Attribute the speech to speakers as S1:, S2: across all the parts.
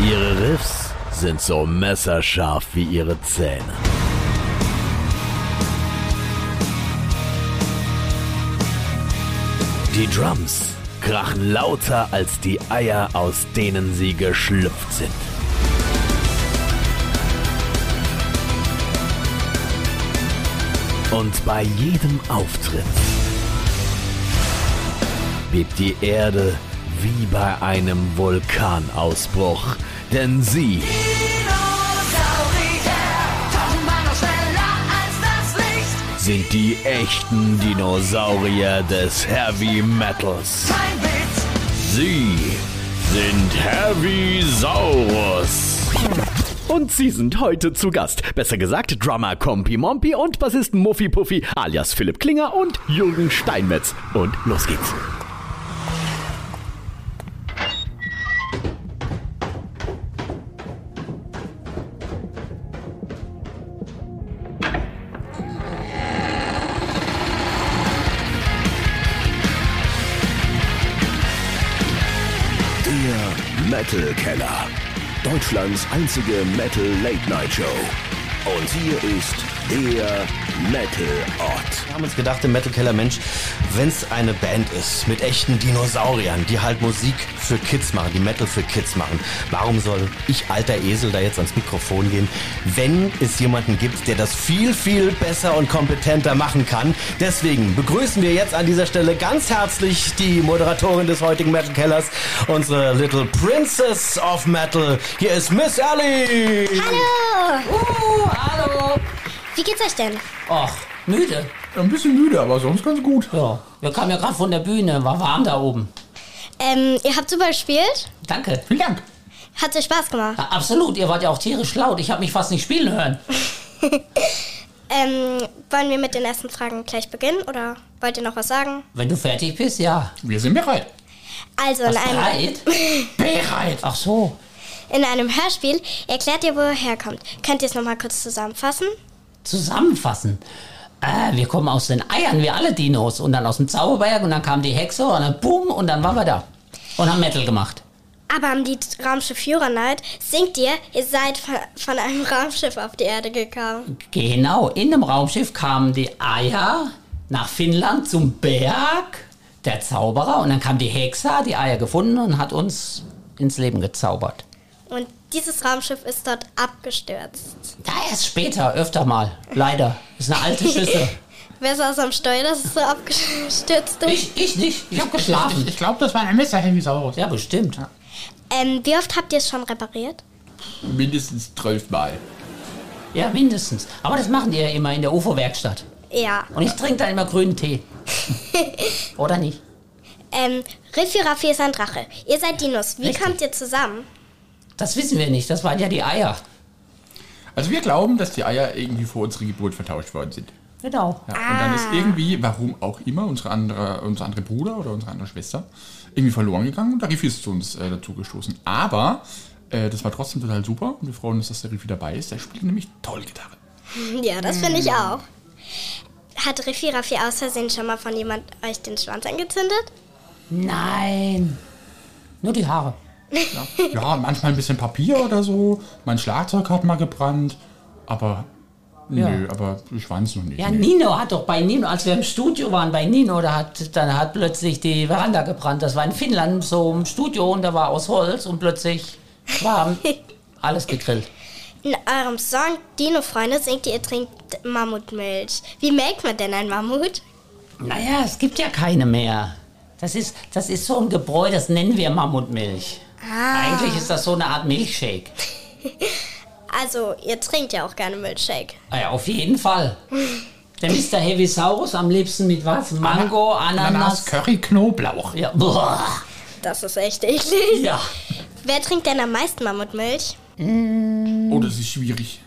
S1: Ihre Riffs sind so messerscharf wie ihre Zähne. Die Drums krachen lauter als die Eier, aus denen sie geschlüpft sind. Und bei jedem Auftritt bebt die Erde wie bei einem Vulkanausbruch, denn sie sind die echten Dinosaurier des Heavy Metals. Sie sind Heavy Saurus. Und sie sind heute zu Gast. Besser gesagt, Drummer Kompi Mompi und Bassisten Muffi Puffy alias Philipp Klinger und Jürgen Steinmetz. Und los geht's.
S2: Der Metal Keller. Deutschlands einzige Metal Late Night Show. Und hier ist der Metal Ort.
S3: Wir haben uns gedacht im Metal Keller, Mensch, wenn es eine Band ist mit echten Dinosauriern, die halt Musik für Kids machen, die Metal für Kids machen, warum soll ich alter Esel da jetzt ans Mikrofon gehen, wenn es jemanden gibt, der das viel, viel besser und kompetenter machen kann? Deswegen begrüßen wir jetzt an dieser Stelle ganz herzlich die Moderatorin des heutigen Metal Kellers, unsere Little Princess of Metal. Hier ist Miss Ellie.
S4: Hallo!
S5: Uh, hallo.
S4: Wie geht's euch denn?
S5: Ach, müde.
S6: Ein bisschen müde, aber sonst ganz gut.
S5: Ja, wir kamen ja gerade von der Bühne, war warm da oben.
S4: Ähm, ihr habt super gespielt.
S5: Danke.
S6: Vielen Dank.
S4: Hat euch Spaß gemacht.
S5: Ja, absolut, ihr wart ja auch tierisch laut. Ich habe mich fast nicht spielen hören.
S4: Ähm, wollen wir mit den ersten Fragen gleich beginnen oder wollt ihr noch was sagen?
S5: Wenn du fertig bist, ja.
S6: Wir sind bereit.
S4: Also in
S5: Was
S4: einem,
S5: bereit?
S6: Bereit.
S5: Ach so.
S4: in einem Hörspiel erklärt ihr, wo ihr herkommt. Könnt ihr es nochmal kurz zusammenfassen?
S5: Zusammenfassen. Äh, wir kommen aus den Eiern, wir alle Dinos. Und dann aus dem Zauberberg und dann kam die Hexe und dann boom und dann waren wir da. Und haben Metal gemacht.
S4: Aber am Lied Raumschiff Uranite singt ihr, ihr seid von, von einem Raumschiff auf die Erde gekommen.
S5: Genau, in einem Raumschiff kamen die Eier nach Finnland zum Berg, der Zauberer, und dann kam die Hexe, hat die Eier gefunden und hat uns ins Leben gezaubert.
S4: Und dieses Raumschiff ist dort abgestürzt.
S5: Da erst später, öfter mal. Leider. Ist eine alte Schüssel.
S4: Wer saß am Steuer, dass es so abgestürzt ist?
S5: ich, ich nicht. Ich hab geschlafen.
S6: Ich glaube, das war ein Messerhevisaurus.
S5: Ja, bestimmt.
S4: Ähm, wie oft habt ihr es schon repariert?
S6: Mindestens zwölfmal.
S5: Ja, mindestens. Aber das machen die ja immer in der UFO-Werkstatt.
S4: Ja.
S5: Und ich trinke dann immer grünen Tee. Oder nicht?
S4: Ähm, Riffi Raffi ist ein Drache. Ihr seid Dinos. Wie
S5: Richtig.
S4: kommt ihr zusammen?
S5: Das wissen wir nicht. Das waren ja die Eier.
S6: Also wir glauben, dass die Eier irgendwie vor unserer Geburt vertauscht worden sind.
S5: Genau.
S6: Ja, Und dann ist irgendwie, warum auch immer, unsere andere, unser andere Bruder oder unsere andere Schwester irgendwie verloren gegangen und der Riffi ist zu uns äh, dazu gestoßen. Aber äh, das war trotzdem total super und wir freuen uns, dass der Riffi dabei ist. Der spielt nämlich toll Gitarre.
S4: Ja, das finde ich auch. Mm. Hat Riffi Raffi aus Versehen schon mal von jemand euch den Schwanz angezündet?
S5: Nein. Nur die Haare.
S6: Ja, manchmal ein bisschen Papier oder so. Mein Schlagzeug hat mal gebrannt. Aber. Nö, aber Schwanz noch nicht.
S5: Ja,
S6: nee.
S5: Nino hat doch bei Nino, als wir im Studio waren bei Nino, da hat, dann hat plötzlich die Veranda gebrannt. Das war in Finnland so im Studio und da war aus Holz und plötzlich war alles gegrillt.
S4: In eurem Song Dino-Freunde singt ihr, ihr trinkt Mammutmilch. Wie merkt man denn ein Mammut?
S5: Naja, es gibt ja keine mehr. Das ist, das ist so ein Gebräu, das nennen wir Mammutmilch.
S6: Ah.
S5: Eigentlich ist das so eine Art Milchshake.
S4: Also, ihr trinkt ja auch gerne Milchshake.
S5: Ah Ja, auf jeden Fall. Der Mr. Heavisaurus am liebsten mit was? Mango,
S6: Ananas,
S5: Ananas.
S6: Curry, Knoblauch.
S5: Ja, boah.
S4: Das ist echt eklig.
S5: ja.
S4: Wer trinkt denn am meisten Mammutmilch?
S6: Oh, das ist schwierig.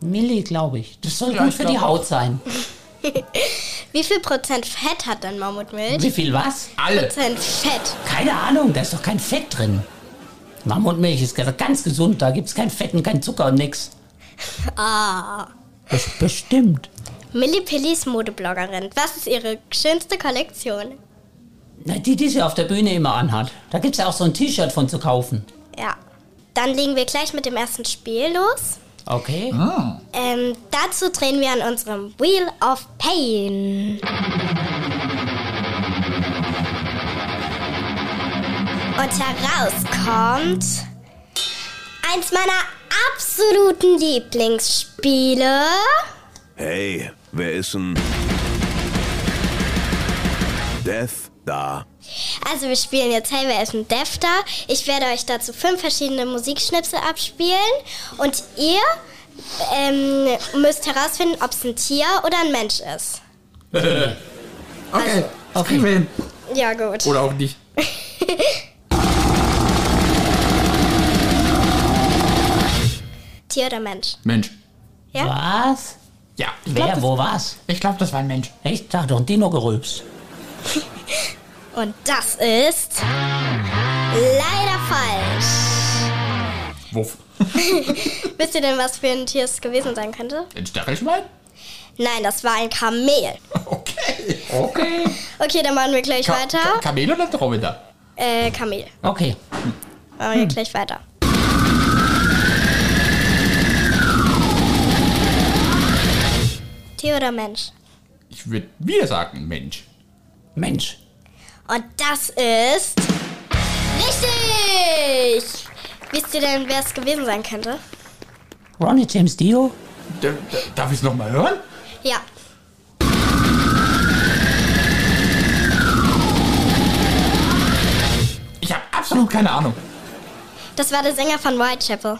S5: Milli, glaube ich. Das soll
S6: Ja,
S5: gut
S6: ich
S5: für die
S6: glaub auch.
S5: Haut sein.
S4: Wie viel Prozent Fett hat denn Mammutmilch?
S5: Wie viel was?
S6: Alle.
S4: Prozent Fett.
S5: Keine Ahnung, da ist doch kein Fett drin. Mammutmilch ist also ganz gesund, da gibt's kein Fett und kein Zucker und nix. Ah. bestimmt.
S4: Millie Pilli ist Modebloggerin. Was ist ihre schönste Kollektion?
S5: Na, die, die sie auf der Bühne immer anhat. Da gibt's ja auch so ein T-Shirt von zu kaufen.
S4: Ja. Dann legen wir gleich mit dem ersten Spiel los.
S5: Okay.
S6: Hm?
S4: Ähm, dazu drehen wir an unserem Wheel of Pain. Und herauskommt eins meiner absoluten Lieblingsspiele.
S2: Hey, wer ist denn? Death da.
S4: Also wir spielen jetzt Hey, wer ist ein Defter? Ich werde euch dazu fünf verschiedene Musikschnipsel abspielen und ihr ähm, müsst herausfinden, ob es ein Tier oder ein Mensch ist.
S6: Okay,
S5: Also,
S6: das kriegen wir hin.
S4: Ja gut.
S6: Oder auch nicht.
S4: Tier oder Mensch?
S6: Mensch.
S4: Ja.
S5: Was?
S6: Ja, ich
S5: Wer,
S6: glaube, das,
S5: wo, was?
S6: ich glaub, das war ein Mensch.
S5: Echt? Da hat doch ein Dino gerülpst.
S4: Und das ist leider falsch.
S6: Wuff.
S4: Wisst ihr denn, was für ein Tier es gewesen sein könnte?
S6: Ein Stachelschwein?
S4: Nein, das war ein Kamel.
S6: Okay. Okay.
S4: Okay, dann machen wir gleich
S6: Ka Ka
S4: weiter.
S6: Kamel oder Dromedar?
S4: Äh, Kamel.
S5: Okay.
S4: Machen wir gleich weiter. Tier oder Mensch?
S6: Ich würde wieder sagen, Mensch.
S5: Mensch.
S4: Und das ist richtig! Wisst ihr denn, wer es gewesen sein könnte?
S5: Ronnie James Dio?
S6: D d- darf ich es nochmal hören?
S4: Ja.
S6: Ich habe absolut keine Ahnung.
S4: Das war der Sänger von Whitechapel.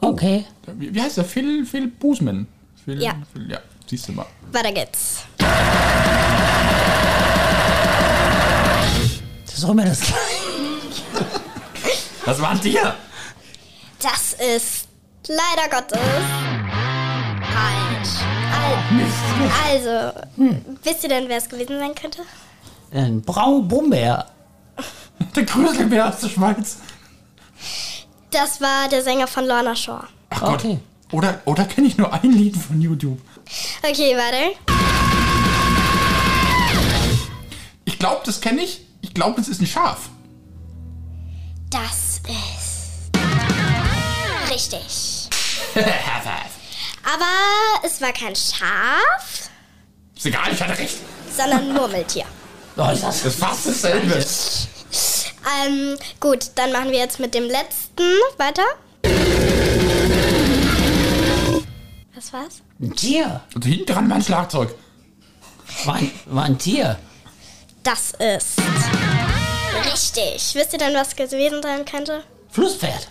S5: Okay.
S6: Wie, wie heißt der? Phil, Phil Buseman. Phil,
S4: Ja.
S6: Phil, ja, siehst du mal.
S4: Weiter geht's.
S5: Das ist auch immer das Gleiche.
S6: Das war ein Tier.
S4: Das ist leider Gottes falsch. Al- Also, wisst ihr denn, wer es gewesen sein könnte?
S5: Ein Brau-Brummbär.
S6: Der Gröselbär aus der Schweiz.
S4: Das war der Sänger von Lorna Shore.
S6: Ach
S5: Okay.
S6: Gott. Oder, oder kenne ich nur ein Lied von YouTube?
S4: Okay, warte.
S6: Ich glaube, das kenne ich. Ich glaube, das ist ein Schaf.
S4: Das ist richtig. Aber es war kein Schaf,
S6: Ist egal, ich hatte recht.
S4: sondern ein Murmeltier.
S5: Oh, ist das
S6: Das ist fast dasselbe.
S4: Ähm, gut, dann machen wir jetzt mit dem letzten weiter. Was war's?
S5: ein Tier?
S6: Und hinten dran war ein Schlagzeug.
S5: War ein, war ein Tier.
S4: Das ist richtig. Wisst ihr denn, was gewesen sein könnte?
S5: Flusspferd.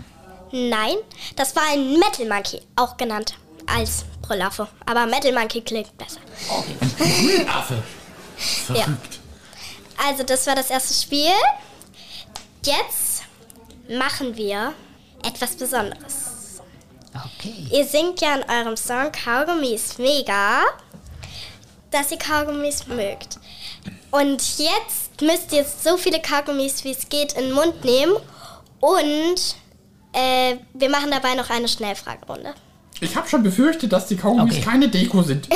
S4: Nein, das war ein Metal Monkey, auch genannt als Brüllaffe. Aber Metal Monkey klingt besser.
S6: Ein Affe. Verrückt.
S4: Also, das war das erste Spiel. Jetzt machen wir etwas Besonderes.
S5: Okay.
S4: Ihr singt ja in eurem Song Kaugummi ist mega, dass ihr Kaugummis mögt. Und jetzt müsst ihr so viele Kaugummis, wie es geht, in den Mund nehmen. Und äh, wir machen dabei noch eine Schnellfragerunde.
S6: Ich habe schon befürchtet, dass die Kaugummis
S5: Okay.
S6: keine Deko sind.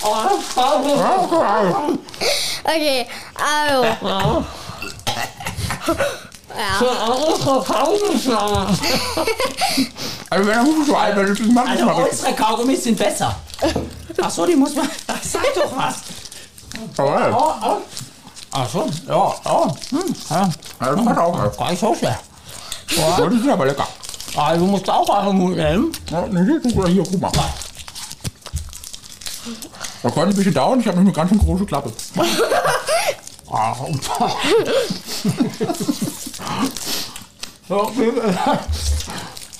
S6: Oh,
S4: Okay, also, au.
S6: Also wenn er Hufe so alt wird, das macht das
S5: Also
S6: mal richtig.
S5: unsere Kaugummis sind besser. Ach so, die muss man... Sag doch was.
S6: Jawohl.
S5: Oh, oh. Ach so, ja, oh. Hm, ja.
S6: Ja, das macht auch was.
S5: Gar nicht so schwer.
S6: Ja, Das ist aber lecker.
S5: Ah, du musst auch einen Mund nehmen.
S6: Ja, nee, hier, guck mal, hier, guck mal. Das kann ein bisschen dauern, ich habe eine ganz schön große Klappe.
S5: Ah, so,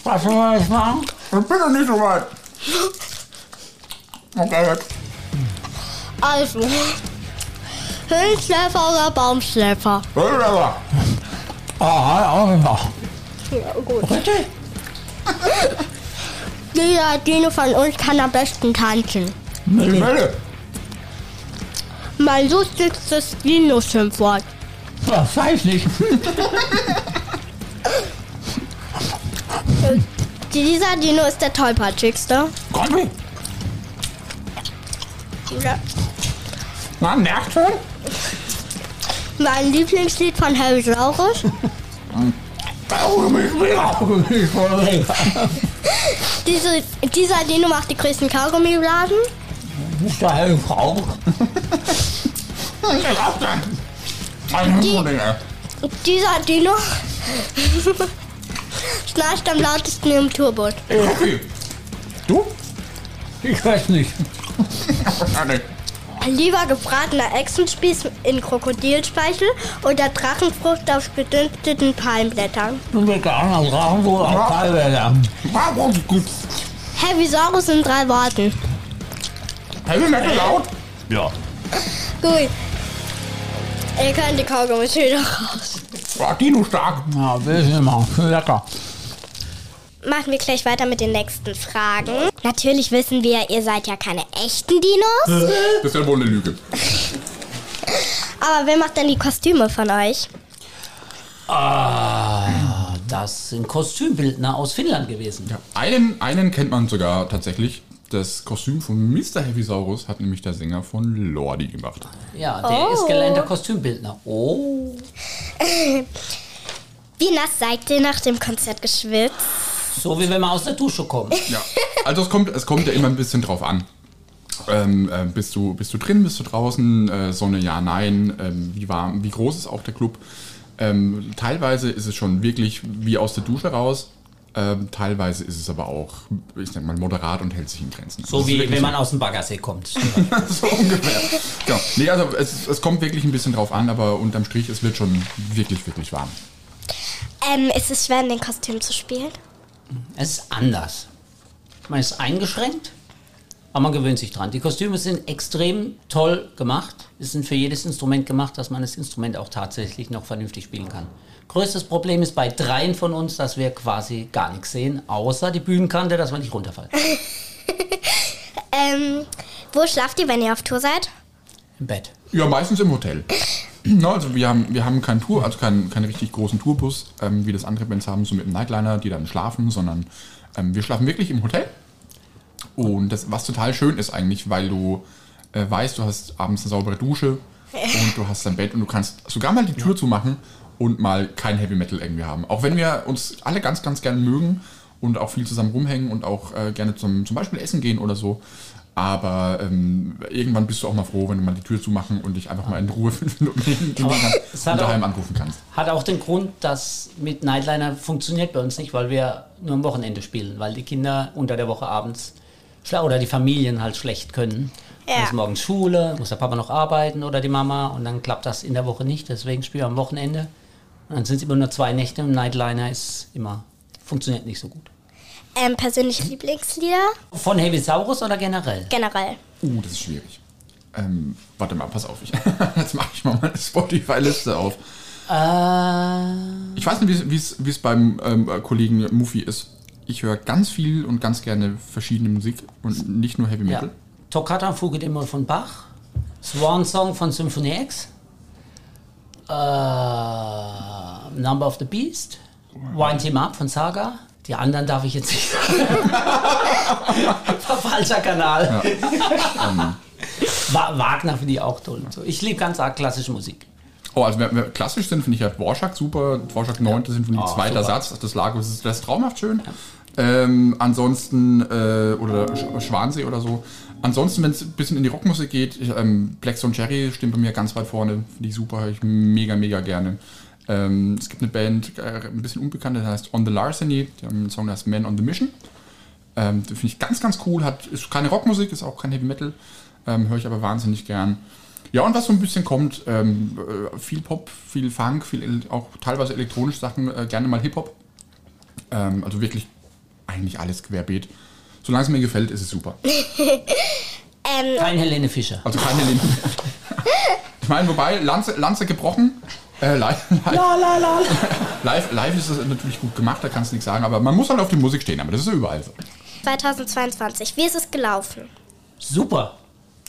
S5: was soll man jetzt machen?
S6: Ich bin noch nicht so weit. Okay, jetzt.
S4: Also, Höhlenschläfer oder Baumschläfer?
S6: Das ist aber-
S5: Ah, ja, ja.
S4: Ja, gut.
S5: Bitte?
S4: Jeder Dino von uns kann am besten tanzen.
S6: Die Welle.
S4: Mein lustigstes Dino-Schimpfwort.
S5: Das weiß nicht.
S4: Dieser Dino ist der tollpatschigste.
S6: Komm,
S4: Ja.
S6: man merkt schon.
S4: Mein Lieblingslied von Harry Saurus. Diese, dieser Dino macht die größten Kaugummiblasen.
S5: Mr. Helm Frau. Hm?
S4: Dieser Dino schnarcht am lautesten im Turbo.
S6: Du?
S5: Ich weiß nicht.
S6: Ah, nee.
S4: Lieber gebratener Echsenspieß in Krokodilspeichel oder Drachenfrucht auf gedünsteten Palmblättern.
S5: Du Veganer brauchen wohl auch Kalbäder.
S6: Gut.
S4: Heavisaurus in drei Worten.
S6: Heavy Metal laut?
S3: Ja.
S4: Gut. Ihr könnt die Kaugummis wieder raus.
S6: War Dino stark.
S5: Ja, will ich immer. Lecker.
S4: Machen wir gleich weiter mit den nächsten Fragen. Natürlich wissen wir, ihr seid ja keine echten Dinos.
S6: Das ist ja wohl eine Lüge.
S4: Aber wer macht denn die Kostüme von euch?
S5: Ah, das sind Kostümbildner aus Finnland gewesen.
S6: Ja, einen, einen kennt man sogar tatsächlich. Das Kostüm von Mr. Heavisaurus hat nämlich der Sänger von Lordi gemacht.
S5: Ja, der
S4: Oh.
S5: ist gelernter Kostümbildner. Oh.
S4: Wie nass seid ihr nach dem Konzert geschwitzt?
S5: So wie wenn man aus der Dusche kommt.
S6: Ja. Also es kommt, es kommt ja immer ein bisschen drauf an. Ähm, ähm, bist, du, bist du drin, bist du draußen? Äh, Sonne, ja, nein. Ähm, wie warm, wie groß ist auch der Club? Ähm, teilweise ist es schon wirklich wie aus der Dusche raus. Ähm, teilweise ist es aber auch, ich sag mal, moderat und hält sich in Grenzen.
S5: So
S6: Also es ist
S5: wie
S6: wirklich
S5: wenn man aus dem Baggersee kommt.
S6: so ungefähr. Ja. Nee, also es, es kommt wirklich ein bisschen drauf an, aber unterm Strich, es wird schon wirklich, wirklich warm.
S4: Ähm, ist es schwer, in den Kostümen zu spielen?
S5: Es ist anders. Man ist eingeschränkt, aber man gewöhnt sich dran. Die Kostüme sind extrem toll gemacht. Es sind für jedes Instrument gemacht, dass man das Instrument auch tatsächlich noch vernünftig spielen kann. Größtes Problem ist bei dreien von uns, dass wir quasi gar nichts sehen, außer die Bühnenkante, dass wir nicht runterfallen.
S4: Ähm, wo schlaft ihr, wenn ihr auf Tour seid?
S5: Im Bett.
S6: Ja, meistens im Hotel. Na, also wir haben, wir haben keinen Tour, also keinen, keinen richtig großen Tourbus, ähm, wie das andere Bands haben, so mit einem Nightliner, die dann schlafen, sondern ähm, wir schlafen wirklich im Hotel. Und das, was total schön ist eigentlich, weil du äh, weißt, du hast abends eine saubere Dusche und du hast dein Bett und du kannst sogar mal die Tür zumachen und mal kein Heavy Metal irgendwie haben. Auch wenn wir uns alle ganz, ganz gerne mögen und auch viel zusammen rumhängen und auch äh, gerne zum, zum Beispiel essen gehen oder so. Aber ähm, irgendwann bist du auch mal froh, wenn du mal die Tür zumachen und dich einfach mal in Ruhe fünf Minuten hinlegen
S5: es
S6: kannst
S5: hat
S6: und daheim
S5: auch-
S6: anrufen kannst.
S5: Hat auch den Grund, dass mit Nightliner funktioniert bei uns nicht, weil wir nur am Wochenende spielen, weil die Kinder unter der Woche abends schla- oder die Familien halt schlecht können.
S4: Ja.
S5: Ja. Muss morgens Schule, muss der Papa noch arbeiten oder die Mama und dann klappt das in der Woche nicht, deswegen spielen wir am Wochenende. Und dann sind es immer nur zwei Nächte und Nightliner ist immer, funktioniert nicht so gut.
S4: Ähm, persönliche Lieblingslieder?
S5: Von Heavisaurus oder generell?
S4: Generell.
S6: Uh, das ist schwierig. Ähm, warte mal, pass auf. Ich, jetzt mache ich mal meine Spotify-Liste auf.
S5: Äh,
S6: Ich weiß nicht, wie es- wie es- wie es beim ähm, Kollegen Mufi ist. Ich höre ganz viel und ganz gerne verschiedene Musik und nicht nur Heavy
S5: ja.
S6: Metal.
S5: Toccata Fuge immer von Bach, Swan Song von Symphony X, äh, Number of the Beast, Wind Him Up von Saga. Die anderen darf ich jetzt nicht sagen. Falscher Kanal. Wa- Wagner finde ich auch toll. und So. Ich liebe ganz arg klassische Musik.
S6: Oh, also wer, wer klassisch sind, finde ich ja Dvorak super. Dvorak 9. Sinfonie,
S5: Oh,
S6: zweiter
S5: super.
S6: Satz des Lagos. ist- Das ist traumhaft schön. Ähm, ansonsten, äh, oder Sch Schwansee oder so. Ansonsten, wenn es ein bisschen in die Rockmusik geht, ich, ähm, Blackstone Cherry steht bei mir ganz weit vorne. Finde ich super, höre ich mega, mega gerne. Ähm, es gibt eine Band, äh, ein bisschen unbekannte, die heißt On the Larceny. Die haben einen Song, der heißt Man on the Mission. Ähm, Finde ich ganz, ganz cool. Hat, ist keine Rockmusik, ist auch kein Heavy Metal. Ähm, Höre ich aber wahnsinnig gern. Ja, und was so ein bisschen kommt, ähm, äh, viel Pop, viel Funk, viel ele- auch teilweise elektronische Sachen, äh, gerne mal Hip-Hop. Ähm, also wirklich eigentlich alles querbeet. Solange es mir gefällt, ist es super.
S4: Ähm,
S5: Kein Helene Fischer.
S6: Also keine Linie. ich meine, wobei, Lanze, Lanze gebrochen. Äh, live, live, live, live ist es natürlich gut gemacht, da kannst du nichts sagen, aber man muss halt auf die Musik stehen, aber das ist ja überall so.
S4: 2022. Wie ist es gelaufen?
S5: Super.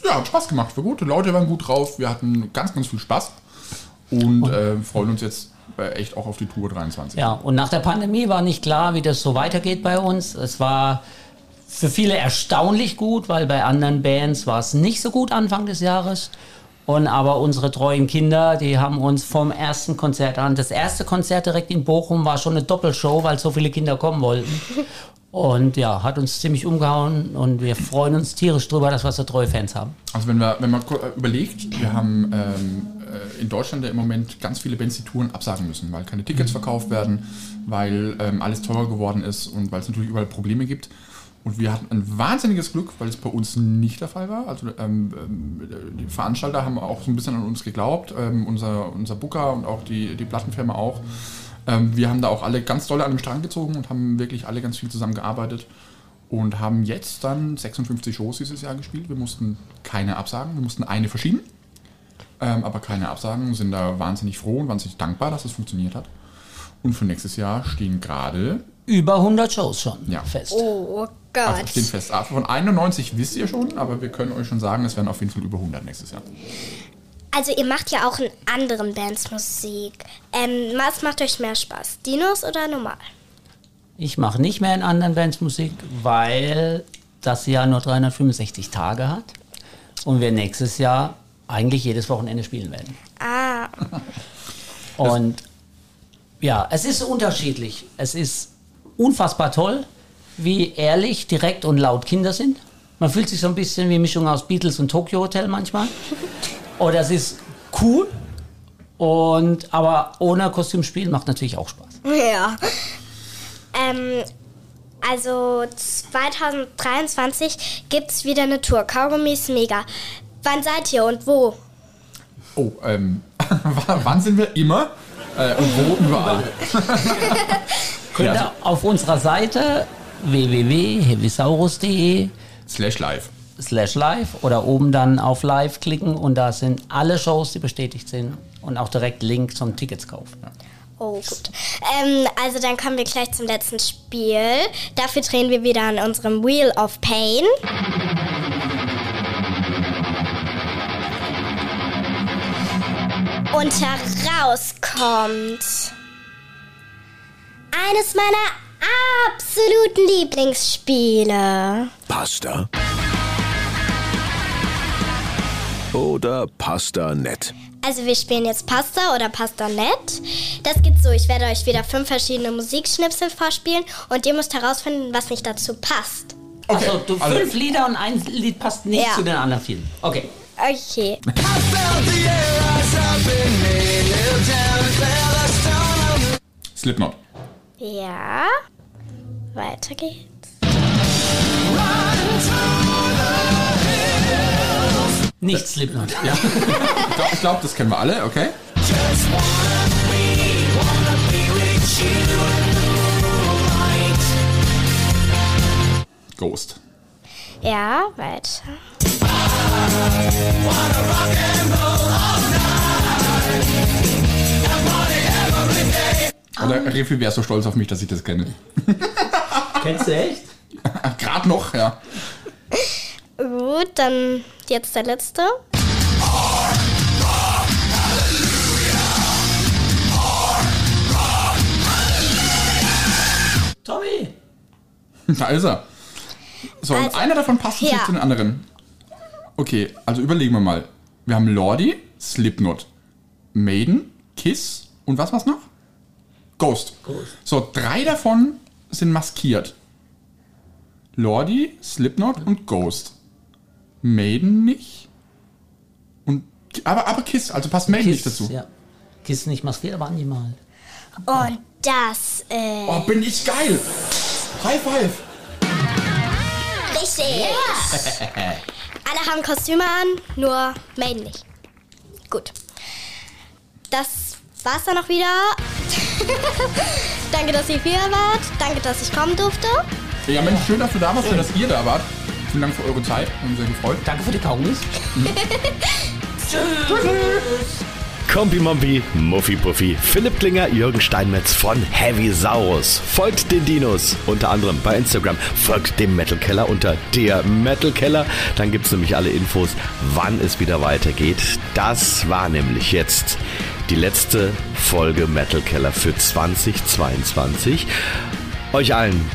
S6: Ja, hat Spaß gemacht. War gut. Die Leute waren gut drauf. Wir hatten ganz, ganz viel Spaß. Und äh, freuen uns jetzt äh, echt auch auf die Tour 23.
S5: Ja, und nach der Pandemie war nicht klar, wie das so weitergeht bei uns. Es war für viele erstaunlich gut, weil bei anderen Bands war es nicht so gut Anfang des Jahres. Und aber unsere treuen Kinder, die haben uns vom ersten Konzert an, das erste Konzert direkt in Bochum war schon eine Doppelshow, weil so viele Kinder kommen wollten. Und ja, hat uns ziemlich umgehauen und wir freuen uns tierisch drüber, dass wir so treue Fans haben.
S6: Also wenn, wir, wenn man ko- äh, überlegt, wir haben ähm, äh, in Deutschland ja im Moment ganz viele Bands die Touren absagen müssen, weil keine Tickets verkauft werden, weil ähm, alles teurer geworden ist und weil es natürlich überall Probleme gibt. Und wir hatten ein wahnsinniges Glück, weil es bei uns nicht der Fall war. Also ähm, ähm, die Veranstalter haben auch so ein bisschen an uns geglaubt, ähm, unser, unser Booker und auch die, die Plattenfirma auch. Ähm, wir haben da auch alle ganz doll an dem Strang gezogen und haben wirklich alle ganz viel zusammengearbeitet und haben jetzt dann 56 Shows dieses Jahr gespielt. Wir mussten keine absagen, wir mussten eine verschieben, ähm, aber keine absagen, sind da wahnsinnig froh und wahnsinnig dankbar, dass es funktioniert hat. Und für nächstes Jahr stehen gerade,
S5: Über 100 Shows schon
S6: Ja.
S5: fest.
S4: Oh
S6: also
S4: Gott.
S6: stehen fest, ah, von 91 wisst ihr schon, aber wir können euch schon sagen, es werden auf jeden Fall über 100 nächstes Jahr.
S4: Also ihr macht ja auch in anderen Bands Musik. Ähm, was macht euch mehr Spaß? Dinos oder normal?
S5: Ich mache nicht mehr in anderen Bands Musik, weil das Jahr nur 365 Tage hat und wir nächstes Jahr eigentlich jedes Wochenende spielen werden.
S4: Ah,
S5: Und ja, es ist unterschiedlich. Es ist unfassbar toll, wie ehrlich, direkt und laut Kinder sind. Man fühlt sich so ein bisschen wie Mischung aus Beatles und Tokyo Hotel manchmal. Oder es ist cool und aber ohne Kostümspiel macht natürlich auch Spaß.
S4: ja. Ähm, also 2023 gibt's wieder eine Tour. Kaugummi ist mega. Wann seid ihr und wo?
S6: Oh, ähm, wann sind wir immer äh, und wo überall?
S5: Könnt
S6: Ja. also-
S5: ihr auf unserer Seite www.heavysaurus.de
S6: Slash live.
S5: slash live oder oben dann auf live klicken und da sind alle Shows, die bestätigt sind und auch direkt Link zum Ticketskauf.
S4: Oh, gut. Ähm, also dann kommen wir gleich zum letzten Spiel. Dafür drehen wir wieder an unserem Wheel of Pain. Und heraus kommt eines meiner absoluten Lieblingsspiele.
S2: Pasta. Oder Oh, Pasta nett.
S4: Also wir spielen jetzt Pasta oder Pasta Net. Das geht so, ich werde euch wieder fünf verschiedene Musikschnipsel vorspielen und ihr müsst herausfinden, was nicht dazu passt.
S5: Achso, du
S6: also-
S5: fünf Lieder und ein Lied passt nicht
S4: Ja.
S5: zu den anderen vielen. Okay.
S4: Okay.
S6: Slipknot.
S4: Ja. Weiter geht's.
S5: Nicht Slipknot.
S6: Ich glaube, glaub, das kennen wir alle, okay? Ghost.
S4: Ja, weiter.
S6: Oder Refi wäre so stolz auf mich, dass ich das kenne.
S5: Kennst du echt?
S6: Gerade noch, ja.
S4: Gut, dann jetzt der letzte.
S5: Tommy!
S6: Da ist er. So, und
S4: Also,
S6: einer davon passt nicht
S4: ja.
S6: zu den anderen. Okay, also überlegen wir mal. Wir haben Lordi, Slipknot, Maiden, Kiss und was war's noch? Ghost. So, drei davon sind maskiert. Lordi, Slipknot und Ghost. Maiden nicht. Und, aber, aber Kiss, also passt Maiden nicht dazu.
S5: ja. Kiss nicht maskiert, aber animal.
S4: Und das äh,
S6: Oh, bin ich geil! High five!
S4: richtig. Alle haben Kostüme an, nur Maiden nicht. Gut. Das war's dann auch wieder. Danke, dass ihr hier wart. Danke, dass ich kommen durfte.
S6: Ja, Mensch, schön, dass du da warst, schön, dass ihr da wart. Vielen Dank für eure Zeit, hat uns sehr gefreut.
S5: Danke für die Kaugummis.
S1: Kompi Mompi, Muffi Puffi, Philipp Klinger, Jürgen Steinmetz von Heavy Saurus. Folgt den Dinos unter anderem bei Instagram. Folgt dem Metal Keller unter der Metal Keller. Dann gibt's nämlich alle Infos, wann es wieder weitergeht. Das war nämlich jetzt die letzte Folge Metal Keller für 2022. Euch allen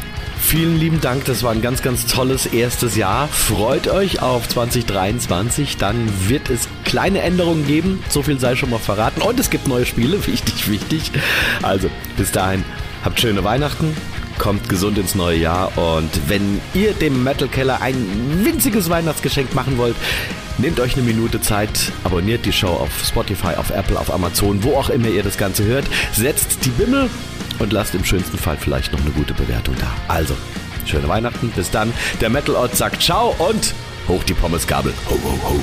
S1: Vielen lieben Dank, das war ein ganz, ganz tolles erstes Jahr. Freut euch auf 2023, dann wird es kleine Änderungen geben, so viel sei schon mal verraten. Und es gibt neue Spiele, wichtig, wichtig. Also, bis dahin, habt schöne Weihnachten, kommt gesund ins neue Jahr und wenn ihr dem Metal Keller ein winziges Weihnachtsgeschenk machen wollt, nehmt euch eine Minute Zeit, abonniert die Show auf Spotify, auf Apple, auf Amazon, wo auch immer ihr das Ganze hört, setzt die Bimmel und lasst im schönsten Fall vielleicht noch eine gute Bewertung da. Also, schöne Weihnachten, bis dann. Der Metal Ort sagt Ciao und hoch die Pommesgabel. Ho, ho, ho.